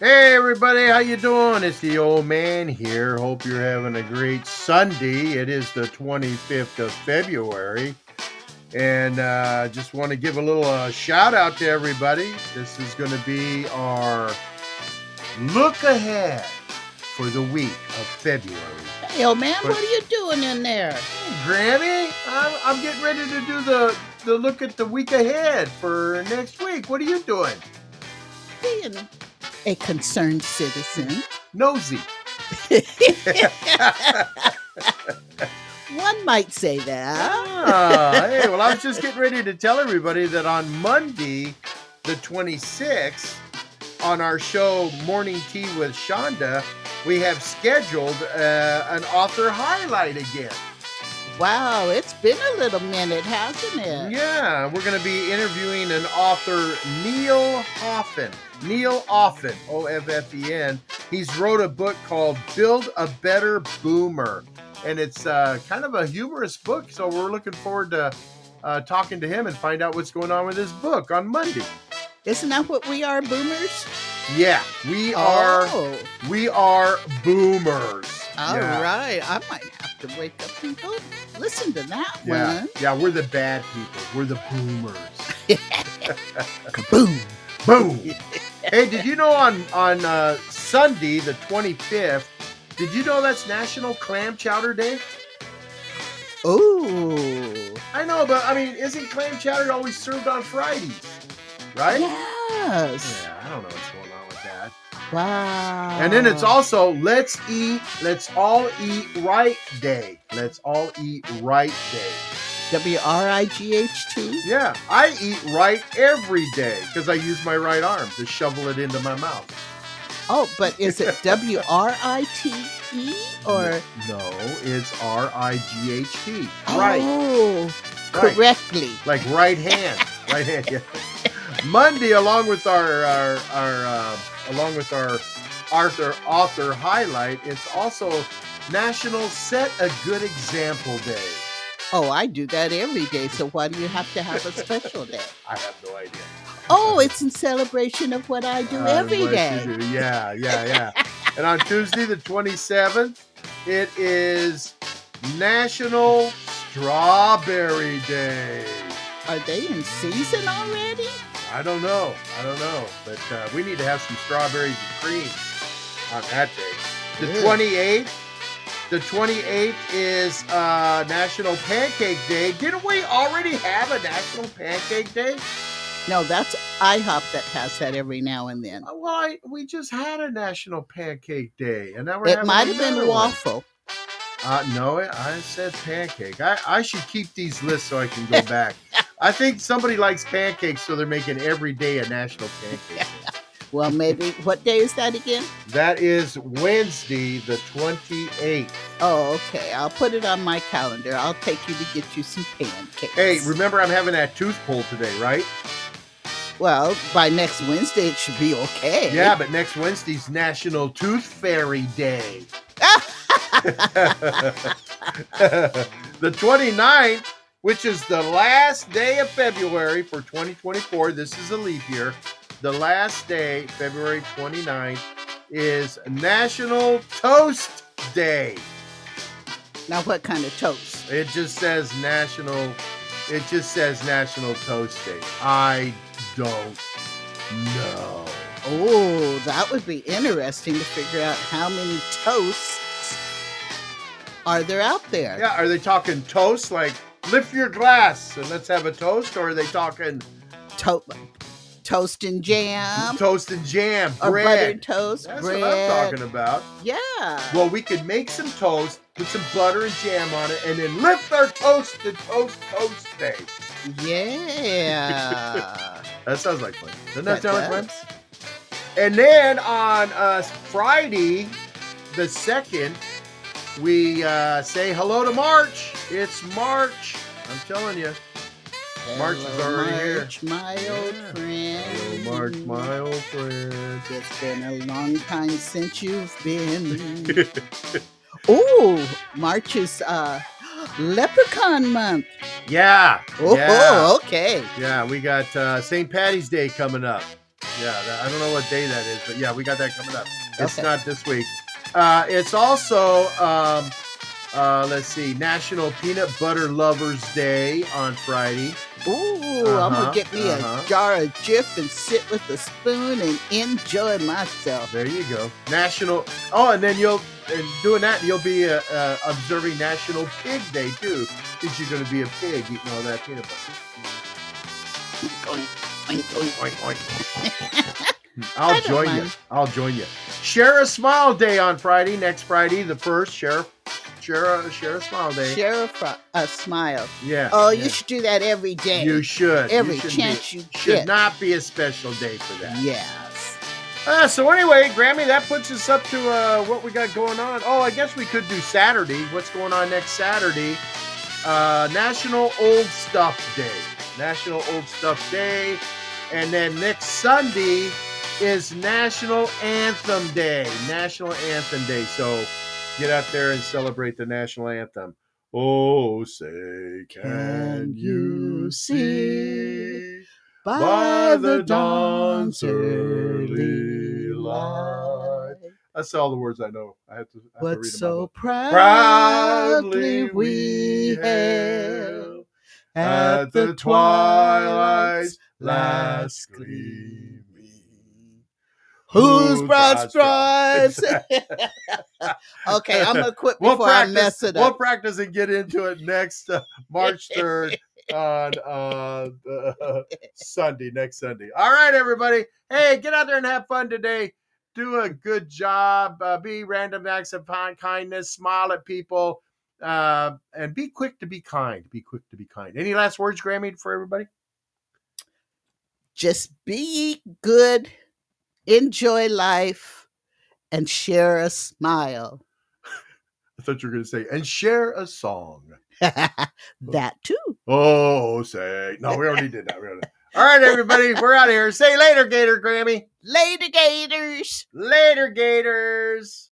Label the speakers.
Speaker 1: Hey everybody, how you doing? It's the old man here. Hope you're having a great Sunday. It is the 25th of February, and uh, just want to give a little uh, shout out to everybody. This is going to be our look ahead for the week of February.
Speaker 2: Hey, old man, what are you doing in there?
Speaker 1: Grammy, I'm, I'm getting ready to do the the look at the week ahead for next week. What are you doing?
Speaker 2: Being a concerned citizen.
Speaker 1: Nosy.
Speaker 2: One might say that.
Speaker 1: Ah, hey, well, I was just getting ready to tell everybody that on Monday, the 26th, on our show Morning Tea with Shonda, we have scheduled uh, an author highlight again.
Speaker 2: Wow, it's been a little minute, hasn't it?
Speaker 1: Yeah, we're going to be interviewing an author, Neil Hoffen. Neil Offen, O F F E N. He's wrote a book called Build a Better Boomer, and it's uh, kind of a humorous book. So we're looking forward to uh, talking to him and find out what's going on with his book on Monday.
Speaker 2: Isn't that what we are, boomers?
Speaker 1: Yeah, we are
Speaker 2: Oh,
Speaker 1: we are boomers.
Speaker 2: all
Speaker 1: yeah.
Speaker 2: right. I might have to wake up and go listen to that
Speaker 1: Yeah,
Speaker 2: one.
Speaker 1: yeah, we're the bad people. We're the boomers.
Speaker 2: Kaboom.
Speaker 1: Boom. hey, did you know on on uh, Sunday the 25th, did you know that's National Clam Chowder Day?
Speaker 2: Ooh.
Speaker 1: I know, but I mean, isn't clam chowder always served on Fridays? Right?
Speaker 2: Yes.
Speaker 1: Yeah, I don't know what's going on with that.
Speaker 2: Wow.
Speaker 1: And then it's also let's eat, let's all eat right day. Let's all eat right day.
Speaker 2: W R I G H T.
Speaker 1: Yeah, I eat right every day because I use my right arm to shovel it into my mouth.
Speaker 2: Oh, but is it W R I T E or
Speaker 1: No, it's R I G H T. Right.
Speaker 2: Oh,
Speaker 1: right.
Speaker 2: correctly.
Speaker 1: like right hand, right hand. Yeah. Monday, along with our our, our uh, along with our Arthur author highlight, it's also National Set a Good Example Day.
Speaker 2: Oh, I do that every day. So why do you have to have a special day?
Speaker 1: I have no idea.
Speaker 2: Oh, it's in celebration of what I do
Speaker 1: Uh,
Speaker 2: every
Speaker 1: what you
Speaker 2: day.
Speaker 1: do. Yeah, yeah, yeah. and on Tuesday, the twenty seventh, it is National Strawberry Day.
Speaker 2: Are they in season already?
Speaker 1: I don't know. I don't know. But uh, we need to have some strawberries and cream on that day. The
Speaker 2: Yeah.
Speaker 1: 28th. The 28th is uh, National Pancake Day. Didn't we already have a National Pancake Day?
Speaker 2: No, that's IHOP that has that every now and then.
Speaker 1: Uh, Well, I, we just had a National Pancake Day, and now we're
Speaker 2: It
Speaker 1: having
Speaker 2: might have been
Speaker 1: another one.
Speaker 2: waffle.
Speaker 1: Uh, no, I I said pancake. I, I should keep these lists so I can go back. I think somebody likes pancakes, so they're making every day a National Pancake Day.
Speaker 2: Well, maybe. What day is that again?
Speaker 1: That is Wednesday, the 28th.
Speaker 2: Oh, okay. I'll put it on my calendar. I'll take you to get you some pancakes.
Speaker 1: Hey, remember I'm having that tooth pull today, right?
Speaker 2: well, by next Wednesday, it should be okay.
Speaker 1: Yeah, but next Wednesday's National Tooth Fairy Day. the 29th, which is the last day of February for 2024, this is a leap year. The last day, February 29th, is National Toast Day.
Speaker 2: Now, what kind of toast?
Speaker 1: It just says national. It just says National Toast Day. I don't know.
Speaker 2: Oh, that would be interesting to figure out how many toasts are there out there.
Speaker 1: Yeah, are they talking toast? Like lift your glass and let's have a toast, or are they talking
Speaker 2: To- toast and jam,
Speaker 1: toast and jam,
Speaker 2: or Um,
Speaker 1: bread?
Speaker 2: buttered toast,
Speaker 1: That's
Speaker 2: bread.
Speaker 1: what I'm talking about.
Speaker 2: Yeah.
Speaker 1: Well, we could make some toast, put some butter and jam on it, and then lift our toast to toast toast day.
Speaker 2: Yeah.
Speaker 1: That sounds like fun. Doesn't that
Speaker 2: That
Speaker 1: sound like fun?
Speaker 2: does.
Speaker 1: And then on uh, Friday, the 2nd, we uh, say hello to March. It's March. I'm telling you. March is
Speaker 2: Hello,
Speaker 1: already here.
Speaker 2: March, my old
Speaker 1: Yeah.
Speaker 2: friend.
Speaker 1: Hello, March, my old friend.
Speaker 2: It's been a long time since you've been. oh, March is uh, Leprechaun month.
Speaker 1: Yeah.
Speaker 2: Oh,
Speaker 1: Yeah.
Speaker 2: okay.
Speaker 1: Yeah, we got uh, St. Patty's Day coming up. Yeah, that- I don't know what day that is, but yeah, we got that coming up. It's
Speaker 2: Okay.
Speaker 1: not this week. Uh, it's also, um, uh, let's see, National Peanut Butter Lovers Day on Friday.
Speaker 2: Ooh, I'm
Speaker 1: Uh-huh,
Speaker 2: gonna get me
Speaker 1: uh-huh.
Speaker 2: a jar of Jif and sit with a spoon and enjoy myself.
Speaker 1: There you go. National. Oh, and then you'll and doing that, you'll be uh, uh, observing National Pig Day too, because you're going to be a pig eating all that peanut butter. Oink, oink.
Speaker 2: I
Speaker 1: I'll
Speaker 2: don't
Speaker 1: join you.
Speaker 2: mind.
Speaker 1: I'll join you. Share a smile day on Friday, next Friday, the first. Share, share, a, share a smile day.
Speaker 2: Share a, fr- a smile.
Speaker 1: Yeah.
Speaker 2: Oh,
Speaker 1: yeah.
Speaker 2: you should do that every day.
Speaker 1: You should.
Speaker 2: every
Speaker 1: you should
Speaker 2: chance you
Speaker 1: Be, should
Speaker 2: get.
Speaker 1: not be a special day for that.
Speaker 2: Yes.
Speaker 1: Uh, so anyway, Grammy, that puts us up to uh, what we got going on. Oh, I guess we could do Saturday. What's going on next Saturday? Uh, National Old Stuff Day. National Old Stuff Day. And then next Sunday is National Anthem Day. National Anthem Day. So get out there and celebrate the National Anthem. Oh, say, can
Speaker 2: Can
Speaker 1: you
Speaker 2: you
Speaker 1: see?
Speaker 2: By,
Speaker 1: By the
Speaker 2: the
Speaker 1: dawn's
Speaker 2: dawn's
Speaker 1: early
Speaker 2: early
Speaker 1: light,
Speaker 2: light,
Speaker 1: That's all the words I know. I have to. I have to read
Speaker 2: what
Speaker 1: 'em
Speaker 2: so
Speaker 1: out loud.
Speaker 2: proudly we hailed at the twilight's last gleaming. Who's brought stripes? okay, I'm gonna quit
Speaker 1: We'll
Speaker 2: before
Speaker 1: practice.
Speaker 2: I mess it
Speaker 1: We'll
Speaker 2: up.
Speaker 1: practice and get into it next uh, March third on uh, uh, Sunday. Next Sunday. All right, everybody. Hey, get out there and have fun today. Do a good job. Uh, be random acts of kin- kindness. Smile at people, uh, and be quick to be kind. Be quick to be kind. Any last words, Grammy, for everybody?
Speaker 2: Just be good, enjoy life, and share a smile.
Speaker 1: I thought you were going to say and share a song.
Speaker 2: that too.
Speaker 1: Oh, say no. We already did that. We already- All right, everybody. We're out of here. Say later, Gator Grammy.
Speaker 2: Later, Gators.
Speaker 1: Later, Gators.